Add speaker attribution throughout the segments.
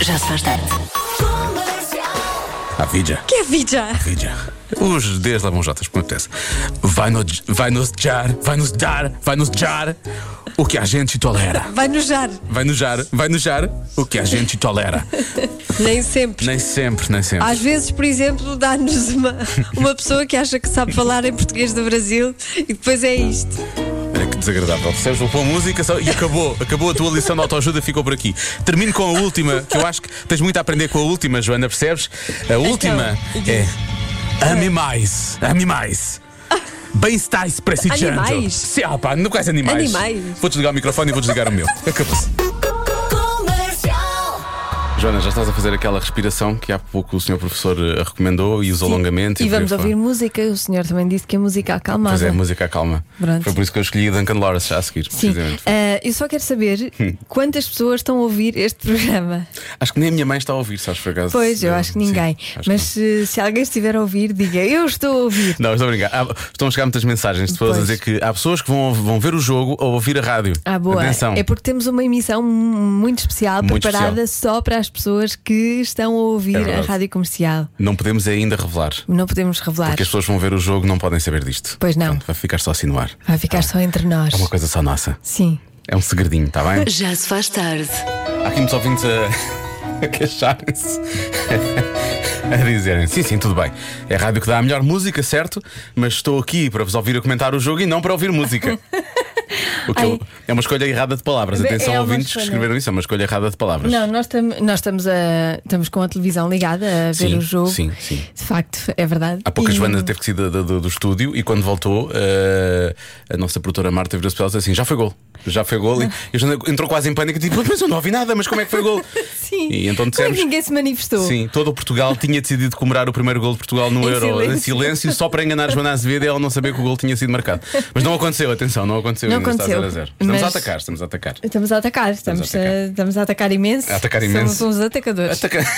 Speaker 1: Já se faz tarde.
Speaker 2: A vida.
Speaker 3: Que é vida?
Speaker 2: Vida. Os Ds lá vão Jotas, como acontece. Vai, no, vai nos jar, vai nos dar, vai nos jar o que a gente tolera.
Speaker 3: Vai nojar.
Speaker 2: Vai nos jar, vai nos jar o que a gente tolera.
Speaker 3: Nem sempre.
Speaker 2: Nem sempre, nem sempre.
Speaker 3: Às vezes, por exemplo, dá-nos uma, uma pessoa que acha que sabe falar em português do Brasil e depois é isto.
Speaker 2: Olha que desagradável. Percebes uma boa música só- e acabou. Acabou a tua lição de autoajuda, ficou por aqui. Termino com a última, que eu acho que tens muito a aprender com a última, Joana, percebes? A
Speaker 4: Então,
Speaker 2: última é. Ame mais. Ame mais. Bem-estais para si,
Speaker 3: Animais?
Speaker 2: Sim, ah, pá, não quais animais.
Speaker 3: Animais.
Speaker 2: Vou desligar o microfone e vou desligar o meu. Acabou-se. Joana, já estás a fazer aquela respiração que há pouco o senhor professor eh, recomendou e os alongamentos. por
Speaker 4: E
Speaker 2: aí
Speaker 4: vamos
Speaker 2: fora.
Speaker 4: ouvir música. O senhor também disse que a música acalmava.
Speaker 2: Pois é, música calma.
Speaker 4: Pronto.
Speaker 2: Foi por isso que eu escolhi Duncan Lawrence já a seguir,
Speaker 4: Sim.
Speaker 2: precisamente.
Speaker 4: Ah, eu só quero saber quantas pessoas estão a ouvir este programa.
Speaker 2: Acho que nem a minha mãe está a ouvir, sabes por acaso?
Speaker 4: Pois, eu acho que
Speaker 2: Sim,
Speaker 4: ninguém.
Speaker 2: acho que
Speaker 4: Mas se, se alguém estiver a ouvir, diga: Eu estou a ouvir.
Speaker 2: não. Não, estou a brincar. Há- estão a chegar muitas mensagens de pessoas a
Speaker 4: Pois.
Speaker 2: dizer que há pessoas que vão, vão ver o jogo ou ouvir a rádio.
Speaker 4: Ah, boa.
Speaker 2: Atenção.
Speaker 4: É porque temos uma emissão muito especial
Speaker 2: Muito
Speaker 4: preparada só para as pessoas que estão a
Speaker 2: É
Speaker 4: ouvir a
Speaker 2: verdade.
Speaker 4: rádio comercial.
Speaker 2: Não podemos ainda revelar.
Speaker 4: Não podemos revelar.
Speaker 2: Porque as pessoas vão ver o jogo não podem saber disto.
Speaker 4: Pois não.
Speaker 2: Portanto, vai ficar só assim no ar.
Speaker 4: Vai ficar só entre nós.
Speaker 2: É uma coisa só nossa.
Speaker 4: Sim.
Speaker 2: É um segredinho, está bem?
Speaker 1: Já se faz tarde.
Speaker 2: Há aqui muitos ouvintes a, a queixarem-se. A dizerem, sim, sim, tudo bem. É a rádio que dá a melhor música, certo? Mas estou aqui para vos ouvir a comentar o jogo e não para ouvir música. O que eu-
Speaker 4: Ai.
Speaker 2: é uma escolha errada de palavras.
Speaker 4: É
Speaker 2: Atenção,
Speaker 4: uma
Speaker 2: ouvintes
Speaker 4: escolha.
Speaker 2: que escreveram isso, é uma escolha errada de palavras.
Speaker 4: Não, é nós, tam nós estamos, a, estamos com a televisão ligada a ver
Speaker 2: Sim,
Speaker 4: o jogo.
Speaker 2: sim, sim.
Speaker 4: De facto, é verdade.
Speaker 2: Há pouco a
Speaker 4: E-
Speaker 2: Joana teve que sair do, do, do estúdio e quando voltou, eh, a nossa produtora Marta virou-se para ela e disse assim: já foi gol. Já foi gol. E, e a Joana entrou quase em pânico e disse: Mas eu não ouvi nada, mas como é que foi gol?
Speaker 4: Sim.
Speaker 2: E então
Speaker 4: Como é
Speaker 2: dissemos.
Speaker 4: que ninguém se manifestou?
Speaker 2: Sim, todo o Portugal tinha decidido comemorar o primeiro gol de Portugal no
Speaker 4: Em
Speaker 2: Euro em
Speaker 4: silêncio.
Speaker 2: silêncio, só para enganar Joana Azevedo e ela não saber que o gol tinha sido marcado. Mas não aconteceu, atenção, não aconteceu.
Speaker 4: Não
Speaker 2: ainda está
Speaker 4: aconteceu,
Speaker 2: 0 a 0. Estamos a
Speaker 4: mas-
Speaker 2: atacar, estamos a atacar.
Speaker 4: Estamos a atacar, estamos,
Speaker 2: a atacar.
Speaker 4: A, estamos a atacar imenso.
Speaker 2: A atacar imenso.
Speaker 4: Somos uns atacadores.
Speaker 2: Atacar.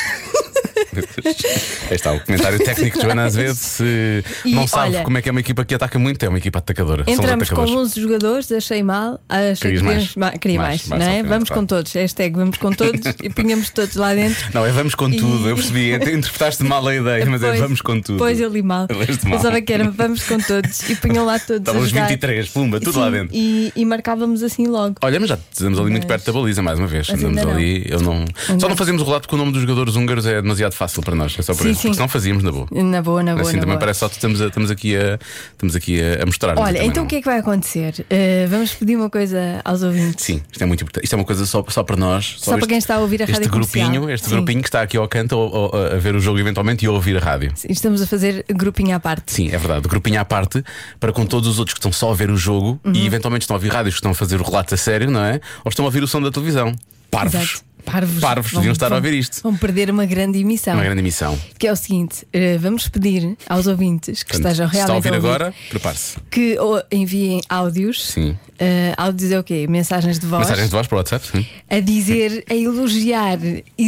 Speaker 2: Aí está o comentário técnico de Joana Azevedo. Se
Speaker 4: E
Speaker 2: não sabe
Speaker 4: olha-
Speaker 2: como é que é uma equipa que ataca muito, é uma equipa atacadora. São os
Speaker 4: Entramos com
Speaker 2: atacadores.
Speaker 4: 11 jogadores, achei mal, achei
Speaker 2: Querias
Speaker 4: que
Speaker 2: mais?
Speaker 4: podíamos- ma- queria
Speaker 2: Mais,
Speaker 4: mais,
Speaker 2: mais
Speaker 4: não
Speaker 2: ao
Speaker 4: é?
Speaker 2: fim,
Speaker 4: Vamos
Speaker 2: claro.
Speaker 4: com todos, hashtag vamos com todos e punhamos todos lá dentro.
Speaker 2: Não, é vamos com
Speaker 4: E-
Speaker 2: tudo. Eu percebi, ent- interpretaste mal a ideia, mas é
Speaker 4: Pois-
Speaker 2: vamos com tudo.
Speaker 4: Pois eu li mal.
Speaker 2: Leste mal.
Speaker 4: Pensava que era vamos com todos e punham lá todos.
Speaker 2: Estavam
Speaker 4: a
Speaker 2: os
Speaker 4: jogar.
Speaker 2: 23, pumba, tudo
Speaker 4: Sim,
Speaker 2: lá dentro.
Speaker 4: E, e marcávamos assim logo.
Speaker 2: Olha, mas já estamos ali muito perto da baliza, mais uma vez.
Speaker 4: Mas
Speaker 2: Andamos
Speaker 4: ainda não.
Speaker 2: ali, eu não. Só não fazemos o relato porque o nome dos jogadores húngaros é demasiado fácil para nós. É só por
Speaker 4: Sim,
Speaker 2: isso. Porque
Speaker 4: sim.
Speaker 2: senão fazíamos na boa.
Speaker 4: Na boa, na boa.
Speaker 2: assim
Speaker 4: na
Speaker 2: também
Speaker 4: boa.
Speaker 2: parece só que estamos, a- estamos aqui a, estamos aqui a, a mostrar. mas eu
Speaker 4: Olha,
Speaker 2: também
Speaker 4: então
Speaker 2: não-
Speaker 4: o que é que vai acontecer? Eh, vamos pedir uma coisa aos ouvintes.
Speaker 2: Sim, isto é muito importante. Isto é uma coisa só, só para nós.
Speaker 4: Só para quem está a ouvir a
Speaker 2: este
Speaker 4: rádio
Speaker 2: grupinho,
Speaker 4: comercial.
Speaker 2: Este
Speaker 4: Sim.
Speaker 2: grupinho que está aqui ao canto ou- ou a, a ver o jogo eventualmente e a ouvir a rádio.
Speaker 4: Estamos a fazer grupinho à parte.
Speaker 2: Sim, é verdade. Grupinho à parte para com todos os outros que estão só a ver o jogo
Speaker 4: Uhum.
Speaker 2: e eventualmente estão a ouvir rádios que estão a fazer o relato a sério, não é? Ou estão a ouvir o som da televisão. Parvos.
Speaker 4: Exato. Parvos.
Speaker 2: Parvos,
Speaker 4: Vão-
Speaker 2: deviam estar a
Speaker 4: vão-
Speaker 2: ouvir isto.
Speaker 4: Vão perder uma grande emissão.
Speaker 2: Uma grande emissão.
Speaker 4: Então, Que é o seguinte: eh, vamos pedir aos ouvintes que
Speaker 2: Portanto,
Speaker 4: estejam
Speaker 2: se está
Speaker 4: realmente
Speaker 2: a ouvir
Speaker 4: a ouvir,
Speaker 2: agora, prepare-se.
Speaker 4: que ou- enviem áudios.
Speaker 2: Sim.
Speaker 4: Eh, áudios é o quê? Mensagens de voz.
Speaker 2: Mensagens de voz para o WhatsApp, sim. Que
Speaker 4: A dizer, a elogiar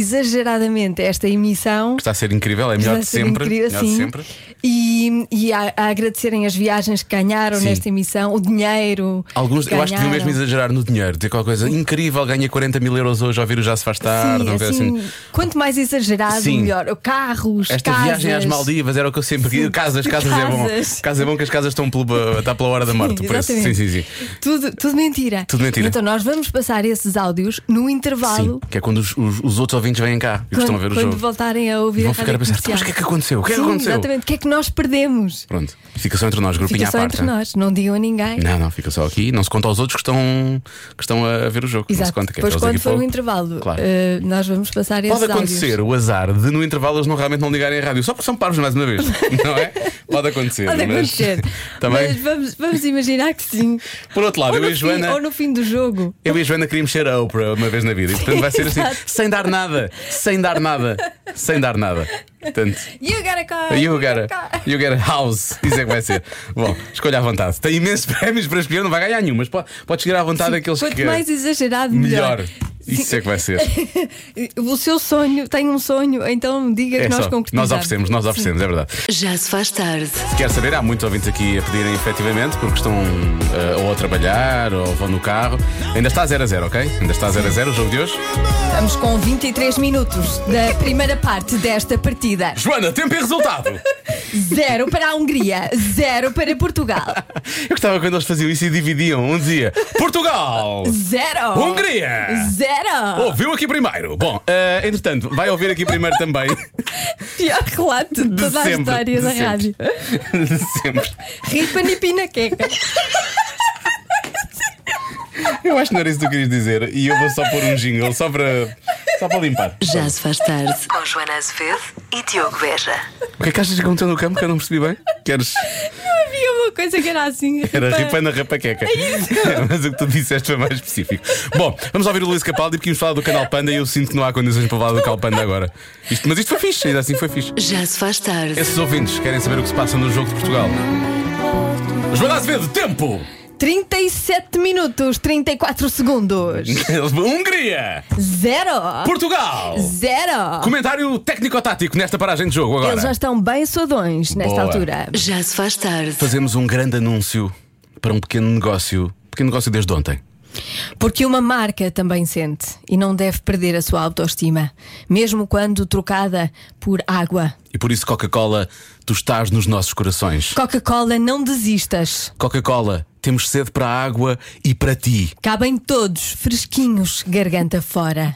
Speaker 4: exageradamente esta emissão.
Speaker 2: está a ser incrível, é melhor
Speaker 4: Vai
Speaker 2: de
Speaker 4: ser
Speaker 2: sempre.
Speaker 4: incrível,
Speaker 2: melhor de
Speaker 4: sim.
Speaker 2: sempre.
Speaker 4: E, e a, a agradecerem as viagens que ganharam
Speaker 2: Sim.
Speaker 4: nesta emissão, o dinheiro.
Speaker 2: Alguns, eu acho que deviam mesmo
Speaker 4: ganharam.
Speaker 2: exagerar no dinheiro, dizer qualquer coisa incrível, ganhei 40 mil euros hoje, ao ouvir o já se faz tarde, uma
Speaker 4: Sim,
Speaker 2: coisa
Speaker 4: assim,
Speaker 2: assim.
Speaker 4: Quanto mais exagerado,
Speaker 2: Sim.
Speaker 4: melhor. Carros,
Speaker 2: Esta
Speaker 4: casas.
Speaker 2: viagem às Maldivas era o que eu sempre queria. Casas, casas, é bom.
Speaker 4: Casas.
Speaker 2: Casas é bom que as casas estão pelo, está pela hora da morte. o preço. Sim,
Speaker 4: exatamente.
Speaker 2: sim, sim.
Speaker 4: Tudo, tudo mentira.
Speaker 2: Tudo mentira.
Speaker 4: Então nós vamos passar esses áudios no
Speaker 2: Sim,
Speaker 4: intervalo.
Speaker 2: que é quando os, os- os outros ouvintes vêm cá e
Speaker 4: Quando,
Speaker 2: estão a ver o
Speaker 4: quando
Speaker 2: jogo.
Speaker 4: voltarem a ouvir
Speaker 2: E vão
Speaker 4: a
Speaker 2: ficar
Speaker 4: rádio
Speaker 2: a pensar,
Speaker 4: comercial.
Speaker 2: mas o que é que aconteceu? O que é que
Speaker 4: Sim,
Speaker 2: aconteceu?
Speaker 4: Exatamente, o que é que nós perdemos?
Speaker 2: Pronto, fica só entre nós, grupinho
Speaker 4: Fica
Speaker 2: à
Speaker 4: só
Speaker 2: parte.
Speaker 4: entre nós, não digam a ninguém.
Speaker 2: Não, não, fica só aqui. Não se conta aos outros que estão, que estão a ver o jogo. Não se
Speaker 4: Exato.
Speaker 2: conta, que é
Speaker 4: Depois,
Speaker 2: para
Speaker 4: quando
Speaker 2: eles daqui a
Speaker 4: for o
Speaker 2: pouco.
Speaker 4: intervalo,
Speaker 2: Claro.
Speaker 4: eh, nós vamos passar
Speaker 2: Pode
Speaker 4: esses
Speaker 2: acontecer
Speaker 4: áudios.
Speaker 2: o azar de no intervalo eles não realmente não ligarem a rádio, só porque são parvos mais uma vez, não é? Pode acontecer. é?
Speaker 4: Pode
Speaker 2: mas-
Speaker 4: acontecer.
Speaker 2: também.
Speaker 4: Mas vamos, vamos imaginar que sim.
Speaker 2: Por outro lado,
Speaker 4: Ou
Speaker 2: eu
Speaker 4: no,
Speaker 2: e a
Speaker 4: fim,
Speaker 2: Joana.
Speaker 4: ou no fim do jogo.
Speaker 2: Eu e a Joana queríamos ser a Oprah uma vez na vida e portanto vai ser assim,
Speaker 4: Exato.
Speaker 2: sem dar nada, sem dar nada, sem dar nada. Portanto,
Speaker 4: You gotta call.
Speaker 2: you gotta, you gotta house, isso é que vai ser. Bom, escolha à vontade. Tem imensos prémios para escolher, não vai ganhar nenhum, mas pode, pode escolher à vontade aqueles
Speaker 4: Quanto
Speaker 2: que.
Speaker 4: mais exagerado,
Speaker 2: Melhor.
Speaker 4: melhor.
Speaker 2: Isso é que vai ser.
Speaker 4: O seu sonho, tem um sonho, então diga
Speaker 2: É
Speaker 4: que nós
Speaker 2: só,
Speaker 4: concretizamos.
Speaker 2: nós oferecemos, nós oferecemos, é verdade.
Speaker 1: Já se faz tarde.
Speaker 2: Se quer saber, há muitos ouvintes aqui a pedirem efetivamente, porque estão eh, ou a trabalhar ou vão no carro. Ainda está 0 a 0, ok? Ainda está 0 a 0 o jogo de hoje.
Speaker 4: Estamos com 23 minutos da primeira parte desta partida.
Speaker 2: Joana, tempo e resultado!
Speaker 4: Zero para a Hungria, zero para Portugal.
Speaker 2: Eu gostava quando eles faziam isso e dividiam. Um dizia Portugal!
Speaker 4: Zero!
Speaker 2: Hungria!
Speaker 4: Zero!
Speaker 2: Ouviu aqui primeiro. Bom, eh, entretanto, vai ouvir aqui primeiro também.
Speaker 4: Pior relato de
Speaker 2: De
Speaker 4: toda a
Speaker 2: sempre,
Speaker 4: história
Speaker 2: de
Speaker 4: da
Speaker 2: sempre.
Speaker 4: rádio.
Speaker 2: Sempre.
Speaker 4: Ripa e pinaqueca.
Speaker 2: Eu acho que não era isso que tu querias dizer. E eu vou só pôr um jingle, só para, só para limpar.
Speaker 1: Já se faz tarde. Com Joana Azevedo e Diogo Beja.
Speaker 2: O que é que achas que aconteceu no campo que eu não percebi bem? Queres.
Speaker 4: Havia uma coisa que era assim.
Speaker 2: Era
Speaker 4: ripa-
Speaker 2: ripa na rapaqueca. Mas o que tu disseste foi mais específico. Bom, vamos ouvir o Luís Capaldi porque íamos falar do canal Panda e eu sinto que não há condições para falar do canal Panda agora. Isto- mas isto foi fixe, ainda assim foi fixe.
Speaker 1: Já se faz tarde.
Speaker 2: Esses ouvintes querem saber o que se passa no jogo de Portugal. Joana Azevedo, tempo!
Speaker 4: 37 minutos, 34 segundos.
Speaker 2: Hungria!
Speaker 4: Zero!
Speaker 2: Portugal!
Speaker 4: Zero!
Speaker 2: Comentário técnico-tático nesta paragem de jogo agora.
Speaker 4: Eles já estão bem sodões nesta
Speaker 2: Boa.
Speaker 4: altura.
Speaker 1: Já se faz tarde.
Speaker 2: Fazemos um grande anúncio para um pequeno negócio. Pequeno negócio desde ontem.
Speaker 4: Porque uma marca também sente e não deve perder a sua autoestima, mesmo quando trocada por água.
Speaker 2: E por isso, Coca-Cola, tu estás nos nossos corações.
Speaker 4: Coca-Cola, não desistas.
Speaker 2: Coca-Cola, temos sede para a água e para ti.
Speaker 4: Cabem todos fresquinhos, garganta fora.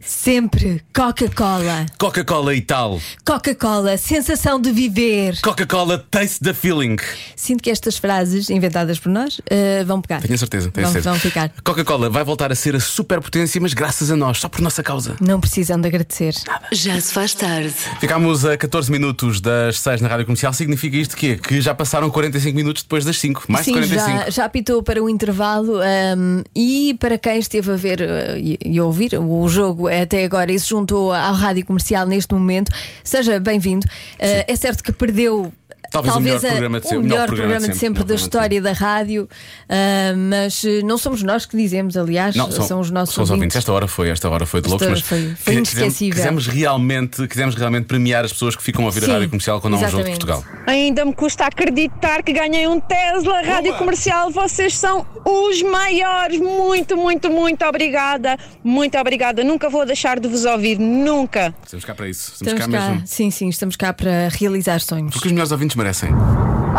Speaker 4: Sempre Coca-Cola.
Speaker 2: Coca-Cola e tal.
Speaker 4: Coca-Cola, sensação de viver.
Speaker 2: Coca-Cola taste the feeling.
Speaker 4: Sinto que estas frases inventadas por nós eh, vão pegar.
Speaker 2: Tenho certeza, tenho
Speaker 4: vão,
Speaker 2: certeza.
Speaker 4: vão ficar.
Speaker 2: Coca-Cola vai voltar a ser a superpotência, mas graças a nós, só por nossa causa.
Speaker 4: Não precisam de agradecer.
Speaker 1: Já se faz tarde.
Speaker 2: Ficámos a 14 minutos das 6 na rádio comercial. Significa isto que Que já passaram 45 minutos depois das 5. Mais
Speaker 4: Sim,
Speaker 2: de 45.
Speaker 4: já, já apitou para o intervalo ahm, e para quem esteve a ver eh, e, e a ouvir o jogo é até agora e se juntou à rádio comercial neste momento, seja bem-vindo. Eh, é certo que perdeu.
Speaker 2: Talvez o melhor
Speaker 4: a-
Speaker 2: programa de sempre.
Speaker 4: o
Speaker 2: Não, programa de
Speaker 4: melhor programa de
Speaker 2: sempre.
Speaker 4: sempre
Speaker 2: Não, programa
Speaker 4: da
Speaker 2: de sempre.
Speaker 4: história da rádio, ah, mas eh, não somos nós que dizemos, aliás,
Speaker 2: Não,
Speaker 4: são, os nossos
Speaker 2: são os
Speaker 4: ouvintes.
Speaker 2: Esta hora foi, esta hora foi de
Speaker 4: Esta
Speaker 2: loucos,
Speaker 4: hora
Speaker 2: mas
Speaker 4: foi- foi
Speaker 2: quise- quisemos-
Speaker 4: inesquecível.
Speaker 2: Quisemos realmente, quisemos realmente premiar as pessoas que ficam a ouvir
Speaker 4: Sim,
Speaker 2: a rádio comercial quando há um jogo de
Speaker 4: exatamente.
Speaker 2: Portugal.
Speaker 5: Ainda me custa acreditar que ganhei um Tesla. Rádio Comercial, vocês são os maiores. Muito, muito, muito obrigada. Muito obrigada. Nunca vou deixar de vos ouvir. Nunca.
Speaker 2: Estamos cá para isso. Estamos,
Speaker 4: Estamos
Speaker 2: cá,
Speaker 4: cá,
Speaker 2: mesmo.
Speaker 4: sim, sim, estamos cá para realizar sonhos.
Speaker 2: Porque os melhores ouvintes merecem.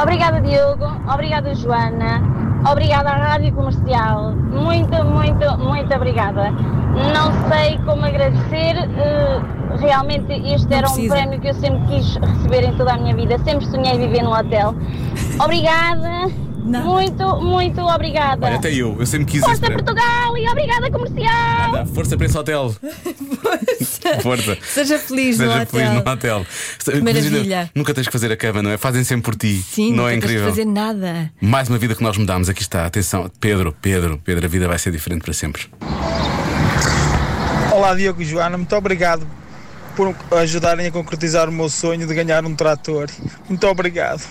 Speaker 6: Obrigada, Diogo. Obrigada, Joana. Obrigada à Rádio Comercial. Muito, muito, muito obrigada. Não sei como agradecer. eh, Realmente, este
Speaker 4: Não
Speaker 6: era
Speaker 4: precisa.
Speaker 6: um prémio que eu sempre quis receber em toda a minha vida. Sempre sonhei viver num hotel. Obrigada.
Speaker 4: Nada.
Speaker 6: Muito, muito obrigada.
Speaker 4: Tá.
Speaker 2: Olha, até eu, eu sempre quis
Speaker 6: Força
Speaker 2: este prémio.
Speaker 6: Portugal e obrigada, comercial.
Speaker 2: Dá Força Prensa Hotel. Força.
Speaker 4: Seja feliz no
Speaker 2: Seja
Speaker 4: hotel.
Speaker 2: feliz no hotel.
Speaker 4: maravilha.
Speaker 2: Nunca tens que fazer a cama, não é? Fazem sempre por ti.
Speaker 4: Sim,
Speaker 2: não é
Speaker 4: tens de
Speaker 2: incrível?
Speaker 4: fazer nada.
Speaker 2: Mais uma vida que nós mudamos. Aqui está. Atenção. Pedro, Pedro, Pedro, a vida vai ser diferente para sempre.
Speaker 7: Olá Diogo e Joana, muito obrigado por ajudarem a concretizar o meu sonho de ganhar um trator. Muito obrigado.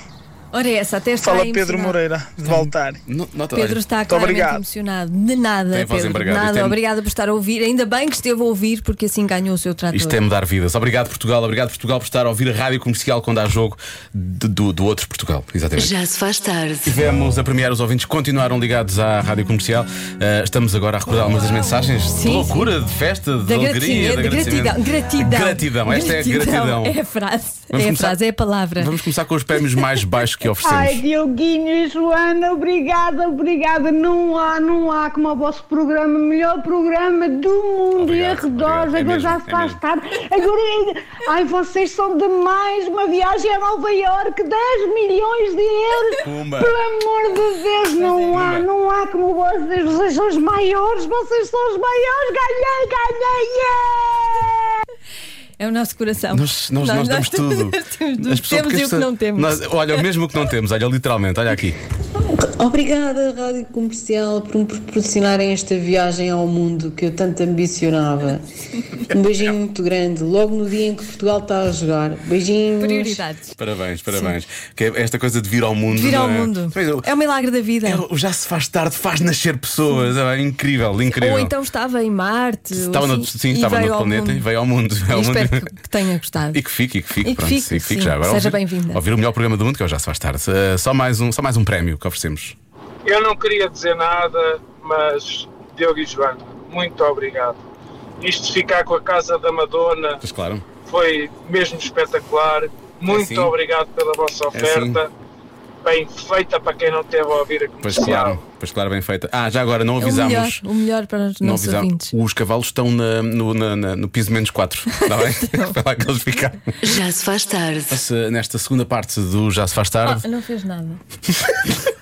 Speaker 4: Ora, essa até está
Speaker 7: Fala
Speaker 4: aí
Speaker 7: Pedro
Speaker 4: emocionado.
Speaker 7: Moreira, de Valtar.
Speaker 2: No- nota-
Speaker 4: Pedro
Speaker 2: olha,
Speaker 4: está claramente
Speaker 7: obrigado.
Speaker 4: emocionado. De nada,
Speaker 2: Tem a voz
Speaker 4: Pedro. de
Speaker 2: embargada. Isto
Speaker 4: nada.
Speaker 2: é-
Speaker 4: Obrigada por estar a ouvir. Ainda bem que esteve a ouvir, porque assim ganhou o seu trator.
Speaker 2: Isto é mudar vidas. Obrigado, Portugal. Obrigado, Portugal, por estar a ouvir a rádio comercial quando há jogo de- do, do outro Portugal. Exatamente.
Speaker 1: Já se faz tarde.
Speaker 2: Tivemos a premiar os ouvintes que continuaram ligados à rádio comercial. Ah, estamos agora a recordar algumas das mensagens de
Speaker 4: Sim.
Speaker 2: loucura, de festa, de,
Speaker 4: Da
Speaker 2: alegria,
Speaker 4: gratidão,
Speaker 2: de
Speaker 4: gratidão,
Speaker 2: agradecimento.
Speaker 4: gratidão.
Speaker 2: Gratidão, esta é gratidão.
Speaker 4: É a frase,
Speaker 2: Vamos
Speaker 4: é a
Speaker 2: começar-
Speaker 4: frase, é a palavra.
Speaker 2: Vamos começar com os prémios mais baixos que
Speaker 8: Ai,
Speaker 2: oferecemos.
Speaker 8: Dioguinho e Joana, obrigada, obrigada. Não há, não há como o vosso programa, melhor programa do mundo
Speaker 2: Obrigado,
Speaker 8: e arredores.
Speaker 2: obrigado. É
Speaker 8: Agora
Speaker 2: mesmo,
Speaker 8: já se
Speaker 2: é
Speaker 8: faz
Speaker 2: mesmo.
Speaker 8: tarde. Agora, é ainda- ai, vocês são demais. Uma viagem a Nova Iorque, 10 milhões de euros.
Speaker 2: Puma.
Speaker 8: Pelo amor de Deus,
Speaker 2: é
Speaker 8: não há, não há como vocês. Vocês são os maiores, vocês são os maiores. Ganhei, ganhei, yeah!
Speaker 4: É o nosso coração.
Speaker 2: Nós, nós, nós damos tudo.
Speaker 4: nós temos,
Speaker 2: As pessoas-
Speaker 4: temos
Speaker 2: porque
Speaker 4: e o
Speaker 2: as
Speaker 4: que não
Speaker 2: pessoas-
Speaker 4: temos.
Speaker 2: nós- olha, o mesmo que não temos, olha, literalmente, olha aqui.
Speaker 9: Obrigada, Rádio Comercial, por me proporcionarem esta viagem ao mundo que eu tanto ambicionava. Um beijinho muito grande, logo no dia em que Portugal está a jogar. Beijinhos.
Speaker 4: Prioridades.
Speaker 2: Parabéns, parabéns. Que é esta coisa de vir ao mundo.
Speaker 4: Vir
Speaker 2: não
Speaker 4: ao
Speaker 2: é?
Speaker 4: mundo.
Speaker 2: Pois, eu-
Speaker 4: É o milagre da vida.
Speaker 2: é, o já se faz tarde, faz nascer pessoas. É incrível, incrível.
Speaker 4: Ou então estava em Marte. ou
Speaker 2: estava no,
Speaker 4: assim,
Speaker 2: sim,
Speaker 4: e
Speaker 2: estava
Speaker 4: veio
Speaker 2: no
Speaker 4: ao
Speaker 2: planeta e
Speaker 4: mundo.
Speaker 2: veio ao mundo. Ao
Speaker 4: E
Speaker 2: mundo.
Speaker 4: espero que, que tenha gostado.
Speaker 2: É E que fique, e que fique,
Speaker 4: E que
Speaker 2: pronto,
Speaker 4: fique,
Speaker 2: e que fique
Speaker 4: sim.
Speaker 2: já agora.
Speaker 4: Seja
Speaker 2: ouvir-
Speaker 4: bem-vinda.
Speaker 2: Ouvir o melhor programa do mundo, que é o Já Se Faz Tarde. Eh, só, mais um, só mais um prémio que oferecemos.
Speaker 10: Eu não queria dizer nada, mas Diogo e Joana, muito obrigado. Isto de ficar com a casa da Madonna
Speaker 2: Pois claro.
Speaker 10: foi mesmo espetacular. Muito
Speaker 2: sim.
Speaker 10: obrigado pela
Speaker 2: É
Speaker 10: vossa
Speaker 2: assim?
Speaker 10: oferta. Bem feita para quem não teve a ouvir a
Speaker 2: Pois
Speaker 10: comercial.
Speaker 2: claro, pois claro, bem feita. Ah, já agora não
Speaker 4: É o melhor,
Speaker 2: avisámos.
Speaker 4: o melhor para os
Speaker 2: Não
Speaker 4: nossos
Speaker 2: avisámos.
Speaker 4: ouvintes.
Speaker 2: Os cavalos estão na- no, na- na- no piso menos 4, está bem?
Speaker 4: Então.
Speaker 2: Foi lá que eles ficaram.
Speaker 1: Já se faz tarde.
Speaker 2: Se- Nesta segunda parte do Já Se Faz Tarde,
Speaker 4: Ah, não fez nada.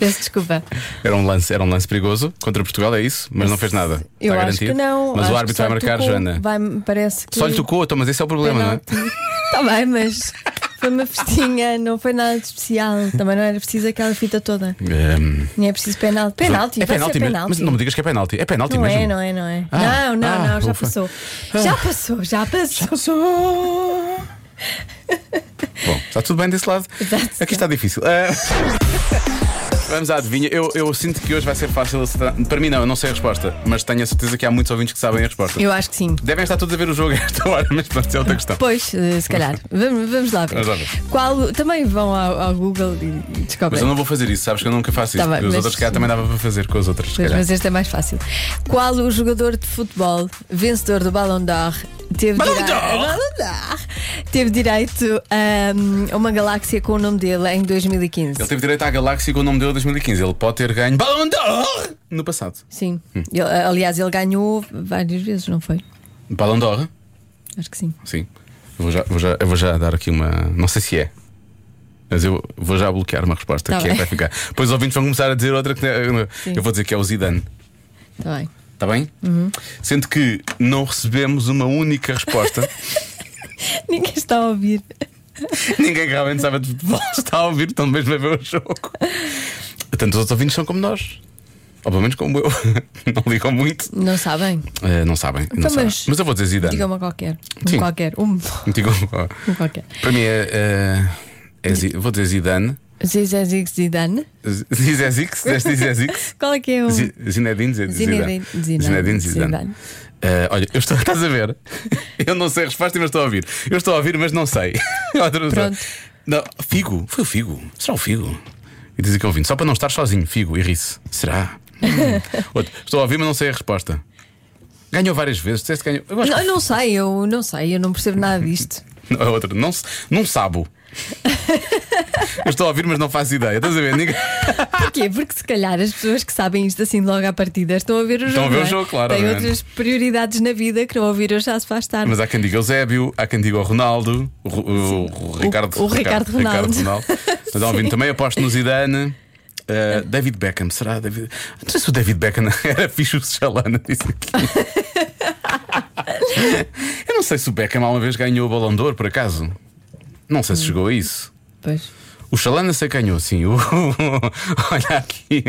Speaker 4: Peço desculpa.
Speaker 2: era, um lance, era um lance perigoso contra Portugal, é isso? Mas não fez nada.
Speaker 4: Eu
Speaker 2: Está
Speaker 4: acho
Speaker 2: garantido.
Speaker 4: que não.
Speaker 2: Mas
Speaker 4: acho
Speaker 2: o
Speaker 4: que
Speaker 2: árbitro
Speaker 4: só
Speaker 2: vai marcar,
Speaker 4: tocou,
Speaker 2: Joana.
Speaker 4: Vai, parece que
Speaker 2: Só lhe tocou, então, mas esse é o problema, não é?
Speaker 4: Está bem, mas foi uma festinha, não foi nada de especial. Também não era preciso aquela fita toda.
Speaker 2: Ehm,
Speaker 4: Nem é preciso penalti. Penalti,
Speaker 2: é
Speaker 4: vai
Speaker 2: penalti,
Speaker 4: ser
Speaker 2: mesmo.
Speaker 4: penalti.
Speaker 2: Mas não me digas que é penalti. É penalti
Speaker 4: Não
Speaker 2: mesmo.
Speaker 4: é, não é, não é.
Speaker 2: Ah,
Speaker 4: não, não,
Speaker 2: ah,
Speaker 4: não, já
Speaker 2: ufa.
Speaker 4: passou. Já passou, já passou.
Speaker 2: Bom, está tudo bem desse lado.
Speaker 4: Exato.
Speaker 2: Aqui está difícil. Ah, Vamos à adivinha. Eu, eu sinto que hoje vai ser fácil acertar. Para mim, não, eu não sei a resposta. Mas tenho a certeza que há muitos ouvintes que sabem a resposta.
Speaker 4: Eu acho que sim.
Speaker 2: Devem estar todos a ver o jogo a esta hora, mas pode ser outra questão.
Speaker 4: Pois, eh, se calhar. Vamos, vamos lá ver.
Speaker 2: Vamos lá ver.
Speaker 4: Qual, também vão ao, ao Google e, e
Speaker 2: Mas
Speaker 4: descobrem.
Speaker 2: eu não vou fazer isso, sabes que eu nunca faço
Speaker 4: Tá
Speaker 2: isso.
Speaker 4: bem,
Speaker 2: Os
Speaker 4: mas-
Speaker 2: outros, se calhar, também dava para fazer com os outros. se
Speaker 4: Pois,
Speaker 2: calhar.
Speaker 4: mas este é mais fácil. Qual o jogador de futebol vencedor do Ballon d'Or teve, direi- Ballon d'Or! teve direito hum, a uma galáxia com o nome dele em 2015?
Speaker 2: Ele teve direito à Galáxia com o nome dele em 2015. Ele pode ter ganho Ballon d'Or no passado.
Speaker 4: Sim.
Speaker 2: Hum.
Speaker 4: Ele- aliás, ele ganhou várias vezes, não foi?
Speaker 2: Ballon d'Or?
Speaker 4: Acho que sim.
Speaker 2: Sim. Eu vou já, vou já- eu vou já dar aqui uma. Não sei se é. Mas eu vou já bloquear uma resposta
Speaker 4: Tá
Speaker 2: que é que
Speaker 4: bem.
Speaker 2: vai ficar. Pois os ouvintes vão começar a dizer outra que. Eu vou dizer que é o Zidane.
Speaker 4: Está Tá bem.
Speaker 2: Está bem?
Speaker 4: Uhum.
Speaker 2: Sendo que não recebemos uma única resposta.
Speaker 4: Ninguém está a ouvir.
Speaker 2: Ninguém que realmente sabe de futebol está a ouvir, estão mesmo a ver o jogo. Tanto os outros ouvintes são como nós. Ou pelo menos como eu. Não ligam muito.
Speaker 4: Não sabem?
Speaker 2: Eh, não sabem. Não
Speaker 4: Então,
Speaker 2: sabem.
Speaker 4: mas-
Speaker 2: eu vou dizer Zidane.
Speaker 4: Diga uma qualquer. Um
Speaker 2: Sim.
Speaker 4: qualquer. Um,
Speaker 2: Digo-
Speaker 4: um qualquer.
Speaker 2: Para mim é. eh, é Zi- vou dizer Zidane.
Speaker 4: Zizé Zig Zidane.
Speaker 2: Zizezix, deste Zizezix.
Speaker 4: Qual é que é o.
Speaker 2: Zi- Zinedine Zid- Zidane.
Speaker 4: Zinedine- Zidane.
Speaker 2: Zinedine Zidane.
Speaker 4: Zidane.
Speaker 2: Eh, olha, eu estou, estás a ver? Eu não sei a resposta, mas estou a ouvir. Eu estou a ouvir, mas não sei. Outra pessoa.
Speaker 4: Pronto.
Speaker 2: Não, figo, foi o Figo. Será o Figo? E diz aqui ouvindo, só para não estar sozinho, Figo e ri-se. Será? Hum. Outro, estou a ouvir, mas não sei a resposta. Ganhou várias vezes, disseste que ganhou. Eu acho
Speaker 4: Não, eu não sei, eu não sei, eu não percebo nada disto.
Speaker 2: que- Não, é outra, não, se- não sabo. eu estou a ouvir, mas não faço ideia. Estás a ver? Ninguém...
Speaker 4: Porquê? Porque se calhar as pessoas que sabem isto assim logo à partida estão a ver o jogo.
Speaker 2: Estão a ver
Speaker 4: não
Speaker 2: o
Speaker 4: é?
Speaker 2: jogo, claro,
Speaker 4: Têm
Speaker 2: obviamente.
Speaker 4: outras prioridades na vida que não ouvir hoje já se faz tarde.
Speaker 2: Mas há quem diga Eusébio, há quem diga o Ronaldo, o, Ru- o- o Ricardo,
Speaker 4: o Ricardo Ronaldo.
Speaker 2: Mas há um ouvinte também, aposto no Zidane.
Speaker 4: É.
Speaker 2: Uh, David Beckham, será? David... Não sei se o David Beckham era fixe o Chalana, disse aqui. Eu não sei se o Beckham alguma vez ganhou o Ballon d'Or, por acaso. Não sei se chegou a isso.
Speaker 4: Pois.
Speaker 2: O Chalana se acanhou, sim. O- Olha aqui.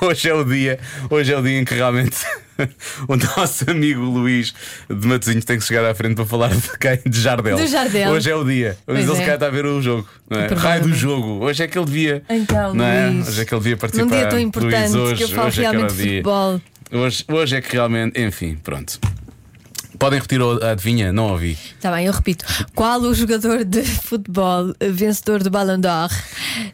Speaker 2: Hoje é o dia, hoje é o dia em que realmente o nosso amigo Luís de Matosinhos tem que chegar à frente para falar de quem? De Jardel.
Speaker 4: Do Jardel.
Speaker 2: Hoje é o dia. Hoje
Speaker 4: Pois
Speaker 2: ele se
Speaker 4: é.
Speaker 2: calhar está a ver o jogo. Não é?
Speaker 4: Provavelmente.
Speaker 2: Raio do jogo. Hoje é que ele devia.
Speaker 4: Então,
Speaker 2: não é?
Speaker 4: Luís,
Speaker 2: Hoje é que ele devia participar.
Speaker 4: num dia tão
Speaker 2: Luís,
Speaker 4: importante que eu
Speaker 2: hoje,
Speaker 4: falo
Speaker 2: hoje é que era
Speaker 4: realmente
Speaker 2: o
Speaker 4: de
Speaker 2: dia.
Speaker 4: futebol.
Speaker 2: Hoje, hoje é que realmente. Enfim, pronto. Podem repetir a adivinha? Não ouvi.
Speaker 4: Está Tá bem, eu repito. Qual o jogador de futebol eh, vencedor do Ballon d'Or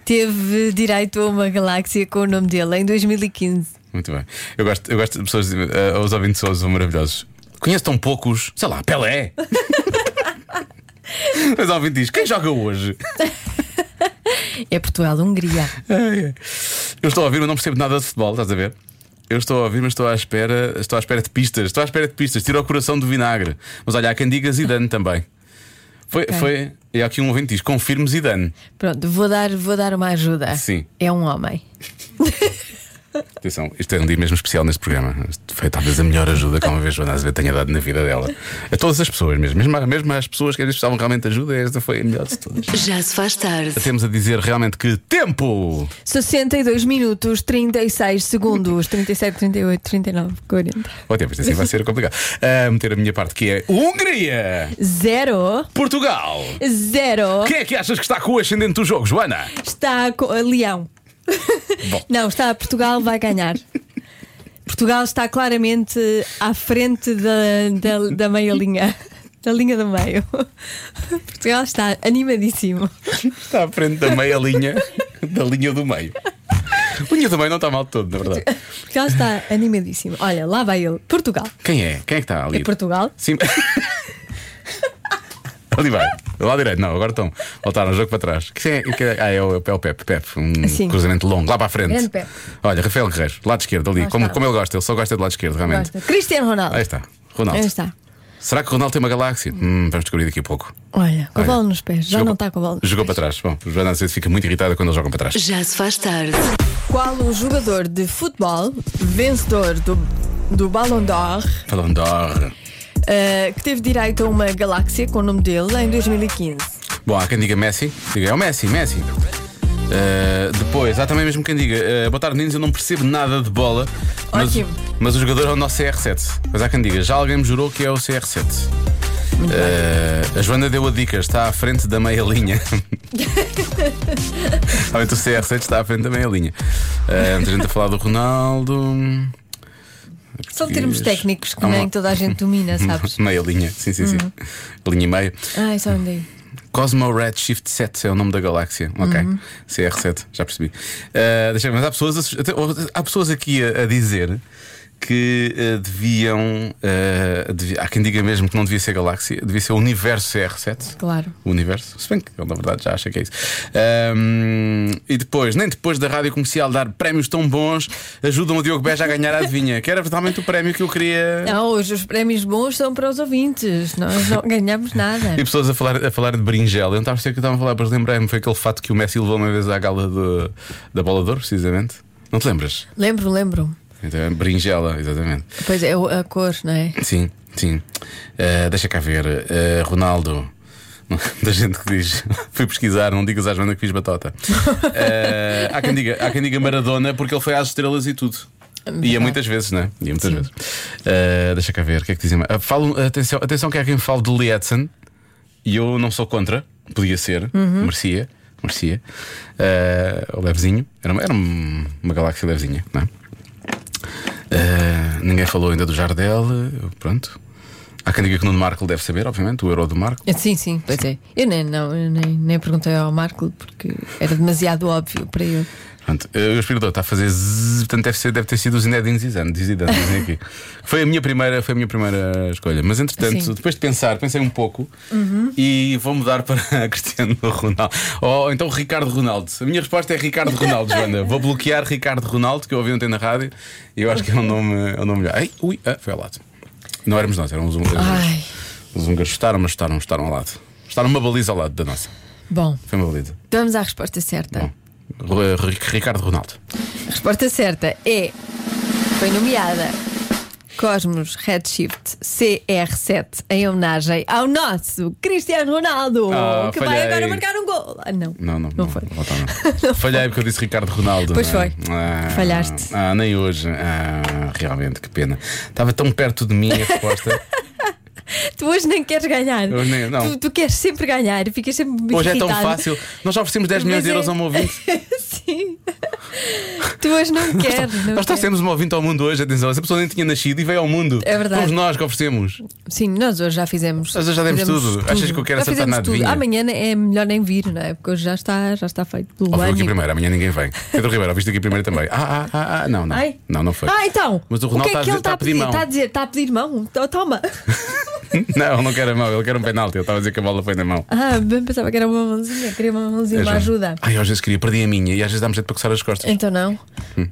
Speaker 4: teve direito a uma galáxia com o nome dele em 2015?
Speaker 2: Muito bem. Eu gosto, eu gosto de pessoas. eh, os ouvintes são- são maravilhosos. Conheço tão poucos, sei lá, Pelé. Mas o ouvinte diz: quem joga hoje?
Speaker 4: É Portugal-Hungria.
Speaker 2: Ai, ai. Eu estou a ouvir, mas não percebo nada de futebol, estás a ver? Eu estou a ouvir, mas estou à espera, estou à espera de pistas, estou à espera de pistas, tira o coração do vinagre. Mas olha, há quem diga Zidane também. Foi,
Speaker 4: Ok.
Speaker 2: foi, e há aqui um ouvinte que diz: confirmo Zidane.
Speaker 4: É um Pronto, vou dar, vou dar uma ajuda.
Speaker 2: Sim.
Speaker 4: É um homem.
Speaker 2: Atenção, este é um dia mesmo especial neste programa. Este Foi talvez a melhor ajuda que uma vez Joana Azevedo tenha dado na vida dela. A todas as pessoas mesmo. Mesmo, mesmo às pessoas que às vezes precisavam realmente de ajuda, esta foi a melhor de todas.
Speaker 1: Já se faz tarde.
Speaker 2: Temos a dizer realmente que tempo!
Speaker 4: 62 minutos, 36 segundos, 37, 38, 39, 40.
Speaker 2: Ou tempo, isto assim vai ser complicado. A meter a minha parte que é Hungria!
Speaker 4: Zero.
Speaker 2: Portugal!
Speaker 4: Zero.
Speaker 2: Quem é que achas que está com o ascendente do jogo, Joana?
Speaker 4: Está com a Leão.
Speaker 2: Bom.
Speaker 4: Não, está Portugal, vai ganhar. Portugal está claramente à frente da, da, da meia linha. Da linha do meio. Portugal está animadíssimo.
Speaker 2: Está à frente da meia linha, da linha do meio. Linha do meio não está mal de todo, na verdade.
Speaker 4: Portugal está animadíssimo. Olha, lá vai ele. Portugal.
Speaker 2: Quem é? Quem é que está ali?
Speaker 4: É Portugal.
Speaker 2: Sim. Ali vai, lá direito, não, agora estão. Voltaram o jogo para trás. Que é, que é- ah, é o, é o Pepe, Pepe, um
Speaker 4: Sim.
Speaker 2: cruzamento longo, lá para a frente.
Speaker 4: Grande Pepe.
Speaker 2: Olha, Rafael Guerreiro, lado esquerdo, ali,
Speaker 4: Lá
Speaker 2: como,
Speaker 4: está.
Speaker 2: como ele gosta, ele só gosta do lado esquerdo, realmente.
Speaker 4: Gosta. Cristiano Ronaldo.
Speaker 2: Aí está, Ronaldo.
Speaker 4: Aí está.
Speaker 2: Será que o Ronaldo tem uma galáxia? Hum, vamos descobrir daqui a pouco.
Speaker 4: Olha, com a
Speaker 2: Olha,
Speaker 4: bola nos pés. Já
Speaker 2: jogou-
Speaker 4: não está com a bola nos
Speaker 2: Jogou
Speaker 4: pés.
Speaker 2: para trás. Bom, o Joana às vezes fica muito irritada quando eles jogam para trás.
Speaker 1: Já se faz tarde.
Speaker 4: Qual o jogador de futebol vencedor do, do Ballon d'Or
Speaker 2: Falando de or.
Speaker 4: eh, que teve direito a uma galáxia com o nome dele em 2015?
Speaker 2: Bom, há quem diga Messi. Diga, é o Messi, Messi. Uh, depois, há também mesmo quem diga uh, Boa tarde, meninos, eu não percebo nada de bola mas,
Speaker 4: Ótimo.
Speaker 2: mas o jogador é o nosso CR7 Mas há quem diga, já alguém me jurou que é o CR7 Uh, A Joana deu a dica, está à frente da meia linha Realmente o CR7 está à frente da meia linha uh, Muita gente a falar do Ronaldo
Speaker 4: São
Speaker 2: Português.
Speaker 4: termos técnicos que
Speaker 2: Há uma-
Speaker 4: nem toda a gente domina, sabes?
Speaker 2: Meia linha, sim, sim, sim Linha e meio
Speaker 4: Ai, só andei.
Speaker 2: Cosmo Redshift 7 é o nome da galáxia. Ok. CR7, já percebi. Ah, deixa eu ver, mas há pessoas, a su- até- há pessoas aqui a, a dizer que ah, deviam, ah, devi- Há quem diga mesmo que não devia ser galáxia, devia ser o universo CR7.
Speaker 4: Claro.
Speaker 2: O universo. Se bem que eu, na verdade, já acho que é isso. Ahm, e depois, nem depois da rádio comercial dar prémios tão bons, ajudam o Diogo Beja a ganhar a adivinha, que era totalmente o prémio que eu queria.
Speaker 4: Não, hoje os prémios bons são para os ouvintes. Nós não ganhamos nada.
Speaker 2: E pessoas a falar, a falar de berinjela. Eu não estava a perceber o que estavam a falar, mas lembrei-me. Foi aquele fato que o Messi levou uma vez à gala do, da Bola de Ouro, precisamente. Não te lembras?
Speaker 4: Lembro, lembro.
Speaker 2: Então, é berinjela, exatamente.
Speaker 4: Pois é, o- a cor, não é?
Speaker 2: Sim, sim. Ah, deixa cá ver. Ah, Ronaldo. Da gente que diz, fui pesquisar, não digas à Joana que fiz batota. Ah, há, quem diga, há quem diga Maradona porque ele foi às estrelas e tudo. Ia muitas vezes, não é? Ia muitas vezes. Ah, deixa cá ver, o que é que dizem? mais? Ah, falam- atenção, atenção, que há quem fale de Lietzen e eu não sou contra, podia ser, merecia, merecia. Ah, o levezinho, era, uma, era um- uma galáxia levezinha, não é? Uh, ninguém falou ainda do Jardel, uh, pronto. Há quem diga que o Nuno Marco deve saber, obviamente, o Euro do Marco.
Speaker 4: Sim, sim, pois é. Eu nem, não, eu nem, nem perguntei ao Marco porque era demasiado óbvio para ele.
Speaker 2: Pronto, uh, o aspirador está a fazer zzz, portanto deve, ser- deve ter sido o Zinedine Zidane, de Zidane dizem aqui. Foi a minha primeira, foi a minha primeira escolha, mas entretanto,
Speaker 4: Sim. Uhum.
Speaker 2: depois de pensar, pensei um pouco e vou mudar para Cristiano Ronaldo. Ou então Ricardo Ronaldo. A minha resposta é Ricardo Ronaldo, Joana. Vou bloquear Ricardo Ronaldo, que eu ouvi ontem na rádio, e eu acho que é o nome, é o nome melhor. Ai, ui, ah, foi ao lado. Não éramos nós, éramos um.
Speaker 4: Ai,
Speaker 2: Os húngaros chutaram, mas chutaram, chutaram ao lado. Chutaram uma baliza ao lado da nossa.
Speaker 4: bom,
Speaker 2: Foi uma baliza.
Speaker 4: vamos à resposta certa.
Speaker 2: Bom. Ru- Ru- Ricardo Ronaldo.
Speaker 4: A resposta certa é. Foi nomeada Cosmos Redshift CR7 em homenagem ao nosso Cristiano Ronaldo,
Speaker 2: Ah,
Speaker 4: que vai
Speaker 2: falhei.
Speaker 4: agora marcar um gol. Ah, não.
Speaker 2: Não, não,
Speaker 4: Não foi.
Speaker 2: volta, não. Falhei porque eu disse Ricardo Ronaldo.
Speaker 4: Pois
Speaker 2: não é?
Speaker 4: foi.
Speaker 2: Ah,
Speaker 4: Falhaste.
Speaker 2: Ah, nem hoje. Ah, realmente, que pena. Estava tão perto de mim a resposta.
Speaker 4: Tu hoje nem queres ganhar.
Speaker 2: Eu nem- não.
Speaker 4: Tu, tu queres sempre ganhar, ficas sempre muito
Speaker 2: hoje é tão
Speaker 4: irritado.
Speaker 2: fácil. Nós já oferecemos 10 milhões de
Speaker 4: Mas é-
Speaker 2: euros a um ouvinte.
Speaker 4: Sim. Tu hoje não queres. não
Speaker 2: Nós
Speaker 4: queres.
Speaker 2: trouxemos um ouvinte ao mundo hoje, atenção. Essa pessoa nem tinha nascido e veio ao mundo.
Speaker 4: É verdade.
Speaker 2: Fomos nós que oferecemos.
Speaker 4: Sim, nós hoje já fizemos.
Speaker 2: Nós hoje já demos
Speaker 4: Fizemos
Speaker 2: tudo. Achas que eu quero
Speaker 4: Já
Speaker 2: acertar
Speaker 4: fizemos
Speaker 2: na
Speaker 4: tudo.
Speaker 2: adivinha?
Speaker 4: Amanhã é melhor nem vir, não é? Porque hoje já está, já está feito pelo
Speaker 2: Ouviu aqui
Speaker 4: ânimo.
Speaker 2: primeiro, amanhã ninguém vem. Pedro Ribeiro, ouviste aqui primeiro também. Ah, ah, ah, ah, não, não.
Speaker 4: Ai.
Speaker 2: Não, não foi.
Speaker 4: Ah, então.
Speaker 2: Mas o
Speaker 4: que
Speaker 2: Ronaldo
Speaker 4: é que ele
Speaker 2: está a pedir mão.
Speaker 4: Está a dizer, está a pedir mão. To- Toma.
Speaker 2: Não, não quero a mão, ele quer um penalti. Ele estava a dizer que a bola foi na mão.
Speaker 4: Ah, bem pensava que era uma mãozinha. Queria uma mãozinha,
Speaker 2: É,
Speaker 4: uma
Speaker 2: Joana.
Speaker 4: ajuda. É.
Speaker 2: Ai, eu às vezes queria, perdi a minha e às vezes dá-me jeito para coçar as costas. Hum.
Speaker 4: Então não.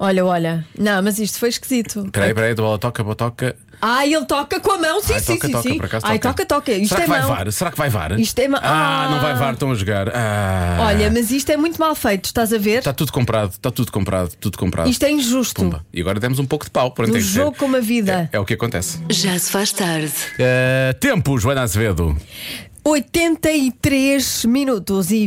Speaker 4: Olha, olha. Não, mas isto foi esquisito.
Speaker 2: Peraí, peraí, a bola toca, a bola toca.
Speaker 4: Ah, ele toca com a mão, sim,
Speaker 2: Ai,
Speaker 4: sim,
Speaker 2: toca,
Speaker 4: sim.
Speaker 2: toca,
Speaker 4: sim.
Speaker 2: por acaso
Speaker 4: Ai,
Speaker 2: toca.
Speaker 4: toca, toca. Isto
Speaker 2: Será
Speaker 4: é
Speaker 2: que vai
Speaker 4: mão.
Speaker 2: VAR? Será que vai VAR?
Speaker 4: Isto é mão.
Speaker 2: Ah,
Speaker 4: Ah.
Speaker 2: não vai VAR, estão a jogar. Ah.
Speaker 4: Olha, mas isto é muito mal feito, estás a ver?
Speaker 2: Está tudo comprado, está tudo comprado, tudo comprado.
Speaker 4: Isto é injusto.
Speaker 2: tá. Pumba. E agora demos um pouco de pau. Pronto,
Speaker 4: Do
Speaker 2: tem que ser.
Speaker 4: jogo como a vida.
Speaker 2: É, é o que acontece.
Speaker 1: Já se faz tarde.
Speaker 2: Eh, tempo, Joana Azevedo.
Speaker 4: 83 minutos e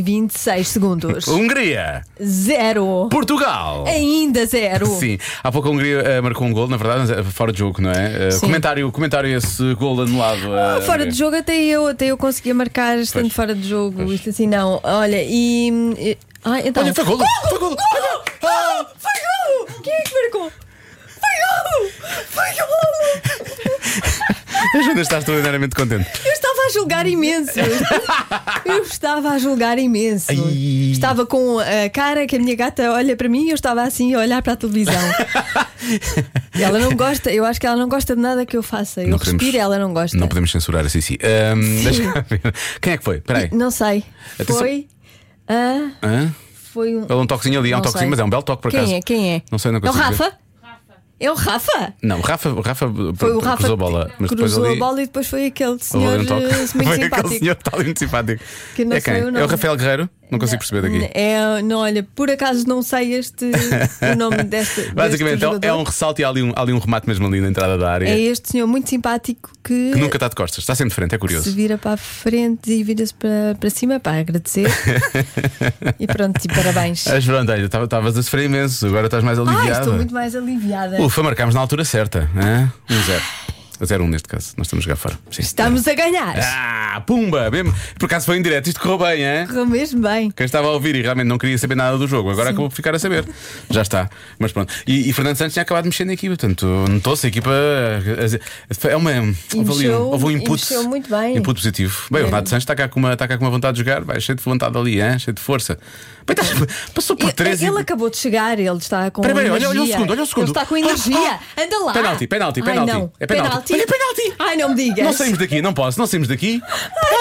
Speaker 4: 26 segundos.
Speaker 2: Hungria.
Speaker 4: Zero.
Speaker 2: Portugal.
Speaker 4: É Ainda zero.
Speaker 2: Sim, há pouco a Hungria eh, marcou um gol, na verdade, mas, eh, fora de jogo, não é? Eh,
Speaker 4: Sim.
Speaker 2: comentário, comentário esse gol anulado. eh,
Speaker 4: Ah, fora de jogo até eu, até eu conseguia marcar estando
Speaker 2: é. Pois.
Speaker 4: fora de jogo. Isto assim não. Olha, e. e- Ah, então.
Speaker 2: Olha, foi golo! Foi golo!
Speaker 4: Ah, foi golo! Quem é que marcou? Foi golo! Foi golo!
Speaker 2: A Joana está extraordinariamente contente.
Speaker 4: Eu estava a julgar imenso. Eu estava a julgar imenso.
Speaker 2: Ai.
Speaker 4: Estava com a cara que a minha gata olha para mim e eu estava assim a olhar para a televisão. E ela não gosta, eu acho que ela não gosta de nada que eu faça. Eu
Speaker 2: Não
Speaker 4: respiro
Speaker 2: podemos-
Speaker 4: e ela não gosta.
Speaker 2: Não podemos censurar assim, sim. Ahm, deixa eu ver. Quem é que foi? Espera aí.
Speaker 4: Não sei.
Speaker 2: Atenção.
Speaker 4: Foi. Ah,
Speaker 2: Hã?
Speaker 4: foi um.
Speaker 2: É um toquezinho ali, é um
Speaker 4: Não
Speaker 2: toquezinho,
Speaker 4: sei.
Speaker 2: mas é um belo toque por
Speaker 4: Quem
Speaker 2: acaso.
Speaker 4: é? Quem é?
Speaker 2: Não sei, não
Speaker 4: É o
Speaker 2: consigo ver.
Speaker 4: Rafa? É o Rafa?
Speaker 2: Não, Rafa, o Rafa
Speaker 4: Foi o Rafa
Speaker 2: cruzou a
Speaker 4: que
Speaker 2: bola, mas
Speaker 4: cruzou
Speaker 2: depois ali
Speaker 4: a bola e depois foi aquele
Speaker 2: houve
Speaker 4: senhor
Speaker 2: ali um toque.
Speaker 4: eh, muito
Speaker 2: Foi aquele
Speaker 4: simpático.
Speaker 2: senhor que está ali muito simpático.
Speaker 4: Que não
Speaker 2: é
Speaker 4: sei
Speaker 2: quem?
Speaker 4: o
Speaker 2: É
Speaker 4: nome.
Speaker 2: o Rafael Guerreiro? Não consigo perceber daqui.
Speaker 4: É, não, olha, por acaso não sei este o nome deste.
Speaker 2: Basicamente,
Speaker 4: deste
Speaker 2: é um- é um
Speaker 4: jogador.
Speaker 2: ressalto e há ali um, há ali um remate mesmo ali na entrada da área.
Speaker 4: É este senhor muito simpático que,
Speaker 2: Que nunca está de costas, está sempre de frente, é
Speaker 4: se
Speaker 2: curioso.
Speaker 4: vira para a frente e vira-se para, para cima para agradecer. e pronto, e parabéns.
Speaker 2: As vantagens, estavas a sofrer imenso, agora estás mais
Speaker 4: Ah,
Speaker 2: aliviada.
Speaker 4: estou muito mais aliviada.
Speaker 2: Ufa, marcámos na altura certa. hã? Um zero. A zero um neste caso, nós estamos a jogar fora. Sim.
Speaker 4: Estamos a ganhar.
Speaker 2: Ah, pumba! Mesmo. Por acaso foi em direto, isto correu bem, hein?
Speaker 4: Correu mesmo bem.
Speaker 2: Quem estava a ouvir e realmente não queria saber nada do jogo, agora acabou por ficar a saber. Já está. Mas pronto. E, e Fernando Santos tinha acabado de mexer na equipa, portanto, notou-se a equipa. a- a- É uma. houve ali um-
Speaker 4: mexeu-
Speaker 2: houve um
Speaker 4: e
Speaker 2: input.
Speaker 4: mexeu muito bem. É.
Speaker 2: Input positivo. Bem, o Renato Santos está cá, com uma, está cá com uma vontade de jogar, vai cheio de vontade ali, hein? cheio de força. Bem, tá- passou por
Speaker 4: E- eh,
Speaker 2: três e.
Speaker 4: Ele acabou de chegar, ele está com.
Speaker 2: Espera aí, olha- olha um
Speaker 4: energia.
Speaker 2: segundo, olha um segundo.
Speaker 4: Ele está com energia.
Speaker 2: Ah,
Speaker 4: Anda lá.
Speaker 2: Penalti, penalti,
Speaker 4: Ai,
Speaker 2: penalti.
Speaker 4: não.
Speaker 2: É penalti. Olha, penalti.
Speaker 4: Ai, não me digas.
Speaker 2: Não saímos daqui, não posso, não saímos daqui.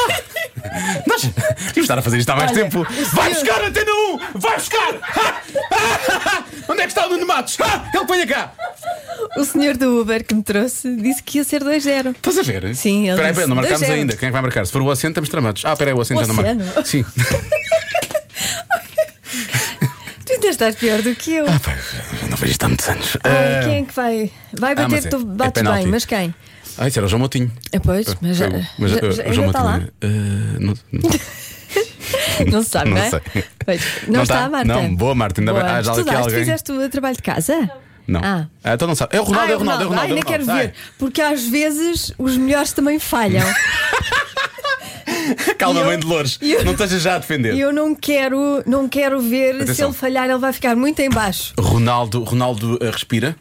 Speaker 2: Ah! Nós tínhamos de estar a fazer isto há mais
Speaker 4: Olha,
Speaker 2: tempo.
Speaker 4: o
Speaker 2: Vai
Speaker 4: senhor-
Speaker 2: buscar a antena 1! Vai buscar! Ah! Ah! Onde é que está o Nuno Matos? Ah! Ele que venha cá!
Speaker 4: O senhor do Uber que me trouxe disse que ia ser 2-0.
Speaker 2: Estás a ver?
Speaker 4: Sim, ele
Speaker 2: Espera aí,
Speaker 4: disse,
Speaker 2: espera, não marcámos
Speaker 4: dois zero.
Speaker 2: ainda. Quem é que vai marcar? Se for o Oceano, estamos tramados. Ah, espera aí, o Oceano
Speaker 4: O
Speaker 2: já não marca.
Speaker 4: Oceano?
Speaker 2: Sim.
Speaker 4: Tu ainda estás pior do que eu.
Speaker 2: Ah, pá, não vejo isto há muitos anos.
Speaker 4: Ai,
Speaker 2: Ah,
Speaker 4: quem é que vai? Vai
Speaker 2: Ah,
Speaker 4: bater,
Speaker 2: mas é-
Speaker 4: tu
Speaker 2: é
Speaker 4: bates
Speaker 2: penalti.
Speaker 4: bem, mas quem?
Speaker 2: Ah, isso era o João Moutinho.
Speaker 4: Ah, Pois, mas já,
Speaker 2: Foi o-
Speaker 4: já-
Speaker 2: ah,
Speaker 4: já-
Speaker 2: o João
Speaker 4: ainda está lá?
Speaker 2: Moutinho, ah, não- não-
Speaker 4: Não se sabe,
Speaker 2: Não
Speaker 4: não é?
Speaker 2: sei.
Speaker 4: Pois, não,
Speaker 2: Não
Speaker 4: está,
Speaker 2: está?
Speaker 4: Marta?
Speaker 2: Não, boa, Marta, ainda bem.
Speaker 4: Boa.
Speaker 2: Ah, já daqui há
Speaker 4: Estudaste,
Speaker 2: alguém.
Speaker 4: fizeste o trabalho de casa?
Speaker 2: Não.
Speaker 4: Ah.
Speaker 2: Ah, então não sabe. É o
Speaker 4: Ah,
Speaker 2: Ronaldo, é o Ronaldo, é o
Speaker 4: Ai,
Speaker 2: Ronaldo. é o
Speaker 4: ainda quero
Speaker 2: Ronaldo.
Speaker 4: ver, porque às vezes os melhores também falham.
Speaker 2: Ai, Calma,
Speaker 4: E eu-
Speaker 2: mãe de Lourdes.
Speaker 4: e eu-
Speaker 2: Não estejas já a defender.
Speaker 4: E eu não quero, não quero ver se
Speaker 2: Atenção.
Speaker 4: ele falhar, ele vai ficar muito em baixo.
Speaker 2: Ronaldo, Ronaldo eh, respira.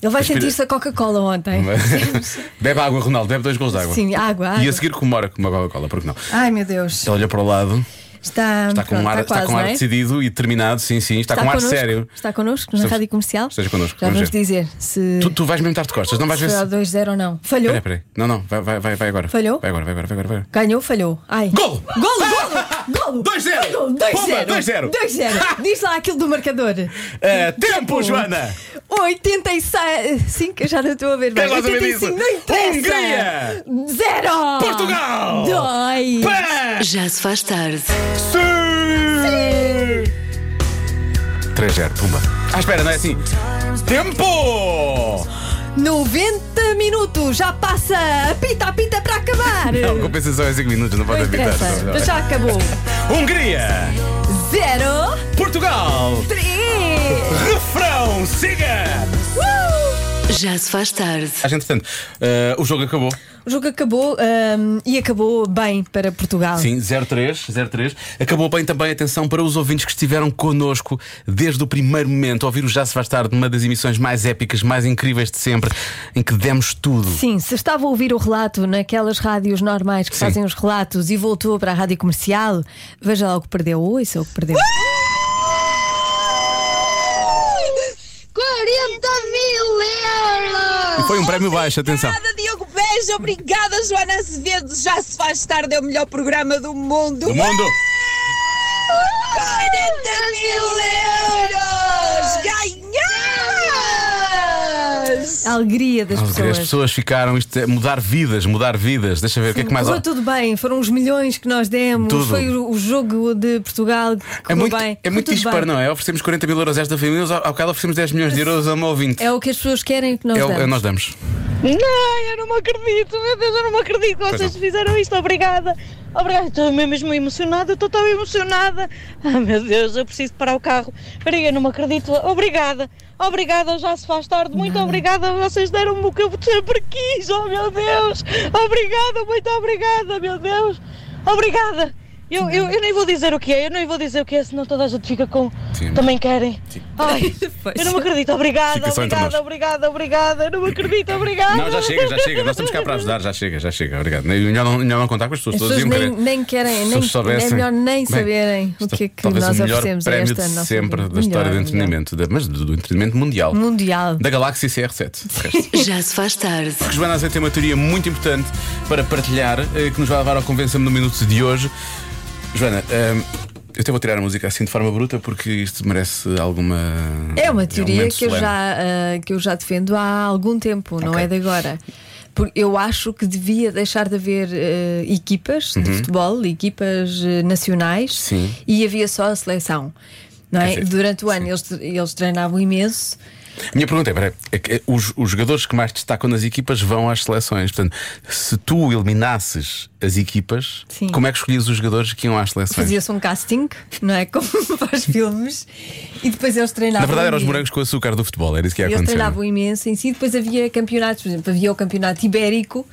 Speaker 4: Ele vai
Speaker 2: Respira.
Speaker 4: sentir-se a Coca-Cola ontem.
Speaker 2: bebe água, Ronaldo, bebe dois gols de água.
Speaker 4: Sim, água,
Speaker 2: E a
Speaker 4: água.
Speaker 2: seguir comemora com uma Coca-Cola, porque não?
Speaker 4: Ai meu Deus.
Speaker 2: Ele olha para o lado,
Speaker 4: Está,
Speaker 2: está com
Speaker 4: pronto,
Speaker 2: um ar,
Speaker 4: está
Speaker 2: está
Speaker 4: quase,
Speaker 2: com um ar
Speaker 4: não é?
Speaker 2: decidido e determinado, sim, sim, está, com um ar
Speaker 4: connosco,
Speaker 2: sério.
Speaker 4: Está connosco na
Speaker 2: Estamos-
Speaker 4: rádio comercial.
Speaker 2: esteja connosco,
Speaker 4: Já
Speaker 2: vamos
Speaker 4: vamos
Speaker 2: ver.
Speaker 4: dizer se
Speaker 2: Tu, tu vais mesmo estar de costas, não vais ver
Speaker 4: foi
Speaker 2: se.
Speaker 4: ao 2-0 ou não. Falhou?
Speaker 2: Peraí, peraí. Não, não, vai, vai, vai, vai agora.
Speaker 4: Falhou?
Speaker 2: Vai agora, vai agora, vai agora. Vai agora.
Speaker 4: Ganhou, falhou. Ai.
Speaker 2: Golo!
Speaker 4: Golo, golo! Golo!
Speaker 2: 2-0.
Speaker 4: Ai, golo,
Speaker 2: Ah! Pumba, 2-0.
Speaker 4: 2-0! 2-0! Diz lá aquilo do marcador. Hum.
Speaker 2: Eh, tempo, Joana!
Speaker 4: Ah. 86. Sim, que eu já não estou a ver bem.
Speaker 2: Quero lá saber disso.
Speaker 4: 85, não interessa!
Speaker 2: Hungria!
Speaker 4: Zero!
Speaker 2: Portugal!
Speaker 4: Dói!
Speaker 2: Pé!
Speaker 1: Já se faz tarde.
Speaker 2: Sim! 3-0, pumba. Ah, espera, não é assim. Tempo!
Speaker 4: 90 minutos! Já passa! Apita, apita para acabar!
Speaker 2: Não, compensação é 5 minutos, não pode
Speaker 4: Não
Speaker 2: habitar.
Speaker 4: interessa, mas já acabou.
Speaker 2: Hungria!
Speaker 4: Zero,
Speaker 2: Portugal!
Speaker 4: três.
Speaker 2: Refrão, siga!
Speaker 1: Já se faz tarde.
Speaker 2: Ah, entretanto, eh, o jogo acabou.
Speaker 4: O jogo acabou hum, e acabou bem para Portugal.
Speaker 2: Sim, 03, 03. Acabou bem também, atenção, para os ouvintes que estiveram connosco desde o primeiro momento. Ouvir o Já Se Faz Tarde, uma das emissões mais épicas, mais incríveis de sempre, em que demos tudo.
Speaker 4: Sim, se estava a ouvir o relato naquelas rádios normais que
Speaker 2: Sim.
Speaker 4: fazem os relatos e voltou para a rádio comercial, veja lá o que perdeu. Oi, é o que perdeu.
Speaker 8: 40 mil euros!
Speaker 2: E foi um prémio baixo, atenção.
Speaker 5: Obrigada, Diogo Beja. Obrigada, Joana Azevedo. Já se faz tarde, é o melhor programa do mundo.
Speaker 2: Do mundo!
Speaker 5: 40 mil euros! Ganhas!
Speaker 4: A alegria das
Speaker 2: As
Speaker 4: pessoas.
Speaker 2: pessoas ficaram. Isto é mudar vidas, mudar vidas. Deixa ver o que é que mais.
Speaker 4: Correu tudo bem, foram os milhões que nós demos,
Speaker 2: Tudo.
Speaker 4: foi o o jogo de Portugal que
Speaker 2: É
Speaker 4: correu
Speaker 2: muito,
Speaker 4: bem.
Speaker 2: é
Speaker 4: correu
Speaker 2: muito
Speaker 4: tudo
Speaker 2: disparo,
Speaker 4: bem.
Speaker 2: não é? Oferecemos 40 mil euros a esta família, ao ao bocado oferecemos 10 milhões de euros a uma ouvinte.
Speaker 4: É o que as pessoas querem que nós
Speaker 2: É o-
Speaker 4: damos.
Speaker 2: é, nós damos.
Speaker 5: Não, eu não me acredito, meu Deus, eu não me acredito que
Speaker 2: Pois
Speaker 5: vocês fizeram isto, obrigada. Obrigada, estou mesmo emocionada, estou tão emocionada. Ah, meu Deus, eu preciso parar o carro. Peraí, eu não me acredito. Obrigada, obrigada, já se faz tarde. Muito obrigada, vocês deram-me o que eu sempre quis, oh meu Deus. Obrigada, muito obrigada, meu Deus. Obrigada. Eu, eu, eu nem vou dizer o que é, eu nem vou dizer o que é, senão toda a gente fica com.
Speaker 2: Sim.
Speaker 5: Também querem. Ai, eu não me acredito, obrigada,
Speaker 2: Fica só entre
Speaker 5: obrigada,
Speaker 2: nós.
Speaker 5: obrigada, obrigada, eu não me acredito, obrigada.
Speaker 2: Não, já chega, já chega. Nós estamos cá para ajudar, já chega, já chega. Obrigado. Nem- Melhor não, melhor não contar com as pessoas
Speaker 4: As
Speaker 2: todas
Speaker 4: pessoas
Speaker 2: e um
Speaker 4: nem,
Speaker 2: querer.
Speaker 4: nem querem,
Speaker 2: Se
Speaker 4: nem,
Speaker 2: soubessem-
Speaker 4: é melhor nem
Speaker 2: Bem,
Speaker 4: saberem o
Speaker 2: isto
Speaker 4: que é que
Speaker 2: talvez
Speaker 4: nós
Speaker 2: o melhor
Speaker 4: oferecemos a
Speaker 2: prémio
Speaker 4: esta
Speaker 2: de
Speaker 4: nossa
Speaker 2: sempre
Speaker 4: vida.
Speaker 2: da história do
Speaker 4: Melhor, melhor.
Speaker 2: entretenimento, da- mas do do entretenimento mundial.
Speaker 4: Mundial.
Speaker 2: Da Galáxia CR7. de resto.
Speaker 1: Já se faz tarde.
Speaker 2: Que Joana Azeite tem uma teoria muito importante para partilhar, eh, que nos vai levar ao Convença-me no Minuto de hoje. Joana, ehm, eu até vou tirar a música assim de forma bruta porque isto merece alguma.
Speaker 4: É uma
Speaker 2: um
Speaker 4: teoria
Speaker 2: momento
Speaker 4: que, eu
Speaker 2: solene.
Speaker 4: já, ah, que eu já defendo há algum tempo, não
Speaker 2: Ok.
Speaker 4: é de agora. Porque eu acho que devia deixar de haver ah, equipas de futebol, equipas ah, nacionais,
Speaker 2: Uhum. Sim.
Speaker 4: e havia só a seleção. Não é?
Speaker 2: Quer dizer,
Speaker 4: Durante o ano eles, eles treinavam imenso.
Speaker 2: Minha pergunta é: peraí, é que, eh, os, os jogadores que mais destacam nas equipas vão às seleções. Portanto, se tu eliminasses as equipas,
Speaker 4: Sim.
Speaker 2: como é que escolhias os jogadores que iam às seleções?
Speaker 4: Fazia-se um casting, não é? Como faz filmes, e depois eles treinavam.
Speaker 2: Na verdade, eram os
Speaker 4: imenso.
Speaker 2: morangos com açúcar do futebol, era isso que ia
Speaker 4: Eles
Speaker 2: acontecer.
Speaker 4: treinavam imenso em si. Depois havia campeonatos, por exemplo, havia o campeonato ibérico,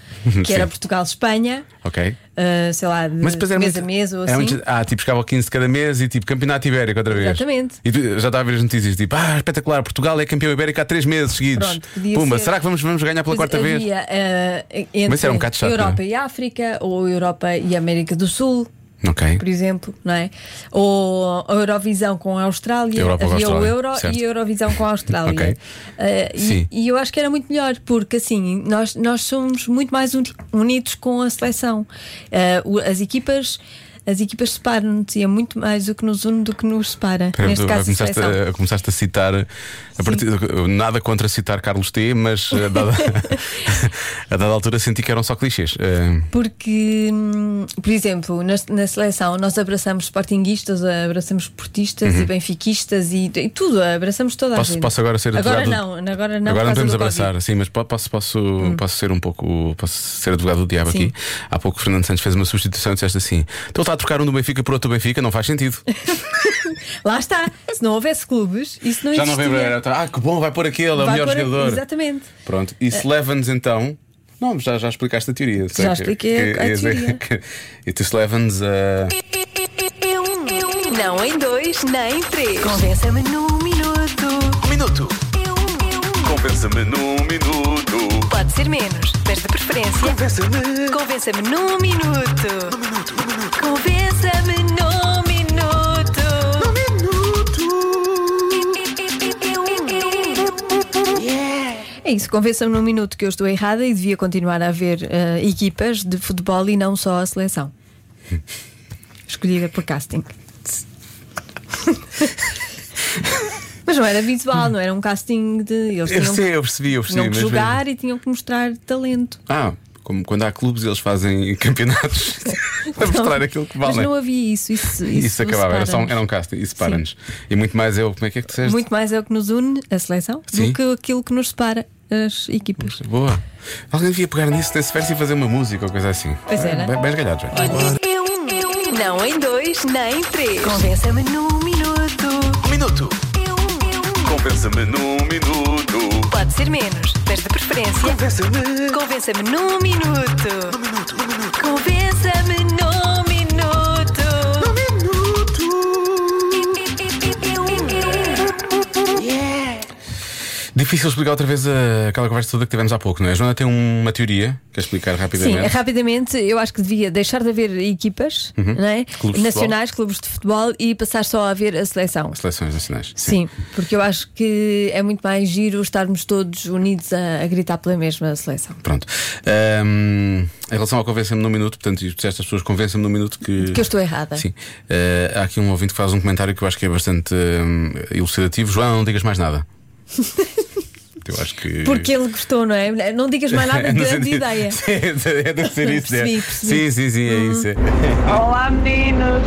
Speaker 4: que era
Speaker 2: Sim.
Speaker 4: Portugal-Espanha,
Speaker 2: Ok.
Speaker 4: ah, sei lá, de
Speaker 2: Mas depois era
Speaker 4: mês
Speaker 2: muito-
Speaker 4: a mês ou
Speaker 2: era
Speaker 4: assim.
Speaker 2: muito- ah, tipo, chegava ao 15 de cada mês e tipo campeonato ibérico outra vez.
Speaker 4: Exatamente.
Speaker 2: E tu- já estava a ver as notícias, tipo, ah, espetacular, Portugal é campeão ibérico há 3 meses seguidos.
Speaker 4: Pronto, podia
Speaker 2: Pumba,
Speaker 4: ser.
Speaker 2: será que vamos, vamos ganhar pela
Speaker 4: Pois
Speaker 2: quarta
Speaker 4: havia,
Speaker 2: vez?
Speaker 4: eh, entre
Speaker 2: Mas era um bocado chato,
Speaker 4: Europa
Speaker 2: não é?
Speaker 4: e África, ou Europa e América do Sul,
Speaker 2: Ok.
Speaker 4: por exemplo, não é? Ou a Eurovisão com a Austrália,
Speaker 2: Europa com a
Speaker 4: havia
Speaker 2: Austrália,
Speaker 4: o Euro
Speaker 2: certo.
Speaker 4: e a Eurovisão com a Austrália.
Speaker 2: Ok.
Speaker 4: Eh, e-
Speaker 2: Sim.
Speaker 4: e, eu acho que era muito melhor, porque assim, nós, nós somos muito mais uni- unidos com a seleção. Eh, o- as equipas. As equipas separam-nos e é muito mais o que nos une do que nos separa.
Speaker 2: Por exemplo,
Speaker 4: Neste caso, a
Speaker 2: É começaste,
Speaker 4: seleção.
Speaker 2: a, começaste a citar a partir- nada contra citar Carlos T, mas a dada, a dada altura senti que eram só clichês. Eh,
Speaker 4: Porque, hum, por exemplo, na, na seleção nós abraçamos sportinguistas, abraçamos portistas e benfiquistas e, e tudo, abraçamos toda
Speaker 2: Uhum. Posso-
Speaker 4: a gente.
Speaker 2: posso agora ser
Speaker 4: Agora
Speaker 2: advogado-
Speaker 4: não, agora não.
Speaker 2: Agora não
Speaker 4: por causa
Speaker 2: podemos
Speaker 4: do
Speaker 2: abraçar,
Speaker 4: Covid.
Speaker 2: sim, mas po- posso, posso, posso ser um pouco. Posso ser advogado do diabo
Speaker 4: Hum. Sim.
Speaker 2: aqui. Há pouco o Fernando Santos fez uma substituição e disseste assim: então está a trocar um do Benfica por outro do Benfica, não faz sentido.
Speaker 4: Lá está. Se não houvesse clubes, isso não
Speaker 2: Já não
Speaker 4: existia.
Speaker 2: vem era, Ah, que bom, vai pôr aquele, é o
Speaker 4: é. Vai
Speaker 2: melhor
Speaker 4: pôr-
Speaker 2: jogador.
Speaker 4: Exatamente. É.
Speaker 2: Pronto, isso leva-nos então. Não, já, já explicaste a teoria. Sei
Speaker 4: expliquei a- a
Speaker 2: ia dizer
Speaker 4: teoria.
Speaker 2: que- e isso leva-nos a.
Speaker 1: É um, Não em dois, nem em três. Convença-me num minuto. Um minuto.
Speaker 2: Convença-me num minuto.
Speaker 1: Pode ser menos, mas de preferência. Convença-me. Convença-me num minuto. Num minuto, num minuto. Convença-me num minuto. Num minuto.
Speaker 4: É isso, convença-me num minuto que eu estou errada e devia continuar a haver eh, equipas de futebol e não só a seleção. Escolhida por casting. Mas não era visual, não era um casting de. Eles
Speaker 2: Eu
Speaker 4: tinham,
Speaker 2: sei, eu percebi, eu percebi.
Speaker 4: tinham que
Speaker 2: mas-
Speaker 4: jogar e tinham que mostrar talento.
Speaker 2: Ah, como quando há clubes, eles fazem campeonatos para mostrar aquilo que
Speaker 4: Mas
Speaker 2: valem.
Speaker 4: não havia isso. Isso,
Speaker 2: Isso,
Speaker 4: isso,
Speaker 2: acabava, era, só um,
Speaker 4: separa-nos.
Speaker 2: era um casting, isso para-nos. E muito mais eu, como é que é que disseste?
Speaker 4: Muito mais é o que nos une, a seleção,
Speaker 2: Sim.
Speaker 4: do que aquilo que nos separa, as equipas.
Speaker 2: Boa. Alguém devia pegar nisso, nesse verso e fazer uma música ou coisa assim.
Speaker 4: Pois
Speaker 2: Ah,
Speaker 4: era.
Speaker 2: Bem, bem esgalhado,
Speaker 1: É
Speaker 2: Joana.
Speaker 1: um, Não em dois, nem em três. Convença-me num minuto. Um minuto.
Speaker 2: Convença-me num minuto.
Speaker 1: um. Pode ser menos, mas de preferência. Convença-me. Convença-me num minuto. Num minuto, num minuto. Convença-me num minuto. Num minuto.
Speaker 2: Difícil explicar outra vez ah, aquela conversa toda que tivemos há pouco, não é? A Joana tem uma teoria, quer explicar
Speaker 4: Sim, é
Speaker 2: rapidamente?
Speaker 4: rapidamente eu acho que devia deixar de haver equipas não é?
Speaker 2: Uhum. Clubes de
Speaker 4: nacionais, clubes de futebol e passar só a ver a seleção.
Speaker 2: Seleções nacionais.
Speaker 4: Sim, porque eu acho que é muito mais giro estarmos todos unidos a, a gritar pela mesma seleção.
Speaker 2: Pronto. Ahm, em relação ao convença-me num minuto, portanto, isto disseste às pessoas convença-me num minuto que.
Speaker 4: Que eu estou errada.
Speaker 2: Sim. Eh, há aqui um ouvinte que faz um comentário que eu acho que é bastante hum, elucidativo. João, não digas mais nada. Portanto, eu acho que.
Speaker 4: Porque ele gostou, não é? Não digas mais nada,
Speaker 2: No
Speaker 4: grande
Speaker 2: sentido-
Speaker 4: ideia.
Speaker 2: Sim, é de ser isso. é. Sim,
Speaker 4: Percebi, percebi. Uhum.
Speaker 2: sim, sim, é isso. é.
Speaker 11: Olá meninos!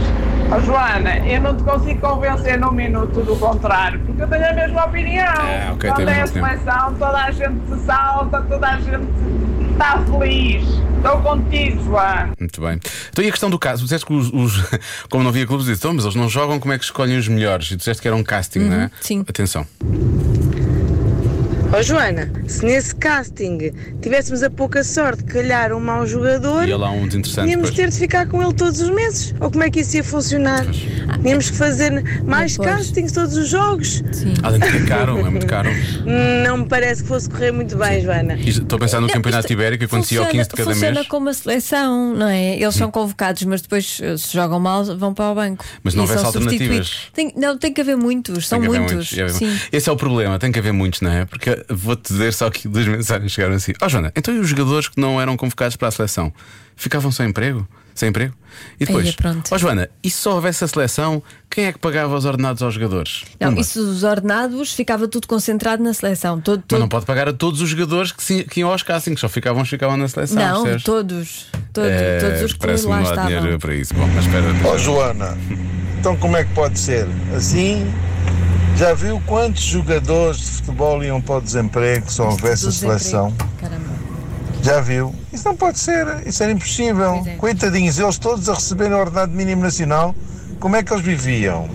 Speaker 11: Ó, Joana, eu não te consigo convencer num minuto do contrário, porque eu tenho a mesma opinião.
Speaker 2: Ah, ok,
Speaker 11: Quando
Speaker 2: tem
Speaker 11: é a
Speaker 2: mesmo opinião.
Speaker 11: seleção, toda a gente se salta, toda a gente está feliz. Estou contigo, Joana.
Speaker 2: Muito bem. Então, e a questão do caso? Disseste que os. os- como não havia clubes, disse, "Então, mas eles não jogam, como é que escolhem os melhores? E disseste que era um casting, não
Speaker 4: Uhum,
Speaker 2: é? Sim. Atenção.
Speaker 12: Ó Joana, se nesse casting tivéssemos a pouca sorte de calhar um mau jogador,
Speaker 2: Ia lá um desinteressante,
Speaker 12: tínhamos
Speaker 2: pois.
Speaker 12: ter de ficar com ele todos os meses. Ou como é que isso ia funcionar? Tínhamos que fazer mais castings todos os jogos.
Speaker 2: Além de que é caro, é muito caro.
Speaker 12: Não me parece que fosse correr muito bem, Joana.
Speaker 2: Isto- Estou a pensar no
Speaker 4: Não,
Speaker 2: campeonato
Speaker 4: isto
Speaker 2: ibérico, que acontecia ao 15 de cada
Speaker 4: funciona
Speaker 2: mês. Hum.
Speaker 4: como a seleção, não é? Eles são convocados, mas depois, eh, se jogam mal, vão para o banco.
Speaker 2: Mas não
Speaker 4: E
Speaker 2: houvesse
Speaker 4: são
Speaker 2: alternativas.
Speaker 4: substituídos. Tem- não, tem que haver muitos, são
Speaker 2: Tem que haver
Speaker 4: muitos.
Speaker 2: é verdade.
Speaker 4: Sim.
Speaker 2: Esse é o problema, tem que haver muitos, não é? Porque vou-te dizer só que duas mensagens chegaram assim: Ó Joana, então e os jogadores que não eram convocados para a seleção? Ficavam sem emprego? Sem emprego? E
Speaker 4: Aí é
Speaker 2: depois,
Speaker 4: pronto.
Speaker 2: ó Joana, e se só houvesse a seleção, quem é que pagava os ordenados aos jogadores?
Speaker 4: Não,
Speaker 2: Pumba.
Speaker 4: isso dos ordenados ficava tudo concentrado na seleção. Todo,
Speaker 2: Mas
Speaker 4: todo-
Speaker 2: não pode pagar a todos os jogadores que, se- que iam aos castings, só ficavam, os que ficavam na seleção.
Speaker 4: Não,
Speaker 2: percebes?
Speaker 4: todos. Todo,
Speaker 2: É,
Speaker 4: todos os clubes
Speaker 2: Parece-me
Speaker 4: lá
Speaker 2: não há
Speaker 4: estavam. Oh,
Speaker 2: dinheiro para isso. Bom, mas espera.
Speaker 13: Ó Joana, então como é que pode ser? Assim, já viu quantos jogadores de futebol iam para o desemprego se houvesse a seleção? Já viu? Isso não pode ser, isso era impossível. Coitadinhos, eles todos a receberem o ordenado mínimo nacional, como é que eles viviam?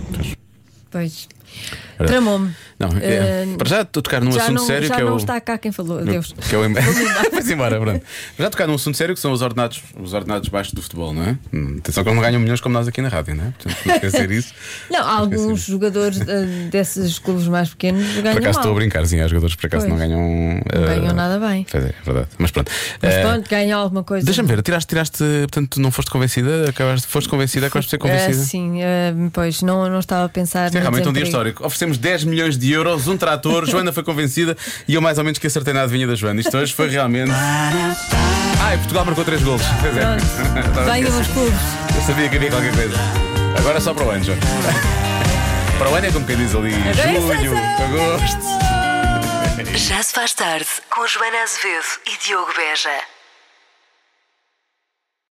Speaker 4: Pois. Tramou-me.
Speaker 2: Não, é,
Speaker 4: Eh,
Speaker 2: para já estou a tocar num
Speaker 4: já
Speaker 2: assunto
Speaker 4: não,
Speaker 2: sério
Speaker 4: já
Speaker 2: que é
Speaker 4: não
Speaker 2: o.
Speaker 4: está cá quem falou, adeus.
Speaker 2: Que é o em- Vai-se embora, pronto. Já tocar num assunto sério que são os ordenados, os ordenados baixos do futebol, não é? Hum, Atenção que eles não ganham milhões como nós aqui na rádio, não é? Portanto, não esquecer isso.
Speaker 4: Não, há alguns jogadores eh, desses clubes mais pequenos ganham
Speaker 2: por acaso estou a
Speaker 4: mal.
Speaker 2: brincar, sim, há jogadores que por acaso
Speaker 4: Pois.
Speaker 2: não ganham.
Speaker 4: Não
Speaker 2: eh,
Speaker 4: ganham nada bem.
Speaker 2: Pois é, é verdade. Mas pronto.
Speaker 4: Mas
Speaker 2: Eh,
Speaker 4: pronto, ganham alguma coisa.
Speaker 2: Deixa-me ver, tiraste, tiraste, portanto, não foste convencida, acabaste, foste convencida, acabaste de ser
Speaker 4: Eh,
Speaker 2: convencida.
Speaker 4: sim, eh, pois, não, não estava a pensar.
Speaker 2: Isto é
Speaker 4: no
Speaker 2: realmente um dia
Speaker 4: desemprego.
Speaker 2: histórico. Oferecemos 10 milhões de euros, um trator, Joana foi convencida e eu mais ou menos que acertei na adivinha da Joana. Isto hoje foi realmente. Ah, e Portugal marcou 3 golos. Pois é. Estava a
Speaker 4: Ganham os
Speaker 2: esquecer.
Speaker 4: clubes.
Speaker 2: Eu sabia que havia qualquer coisa. Agora é só para o ano, Joana. Para o ano é como quem diz ali,
Speaker 1: Agora é
Speaker 2: julho,
Speaker 1: sessão.
Speaker 2: agosto.
Speaker 1: Já se faz tarde com Joana Azevedo e Diogo Beja.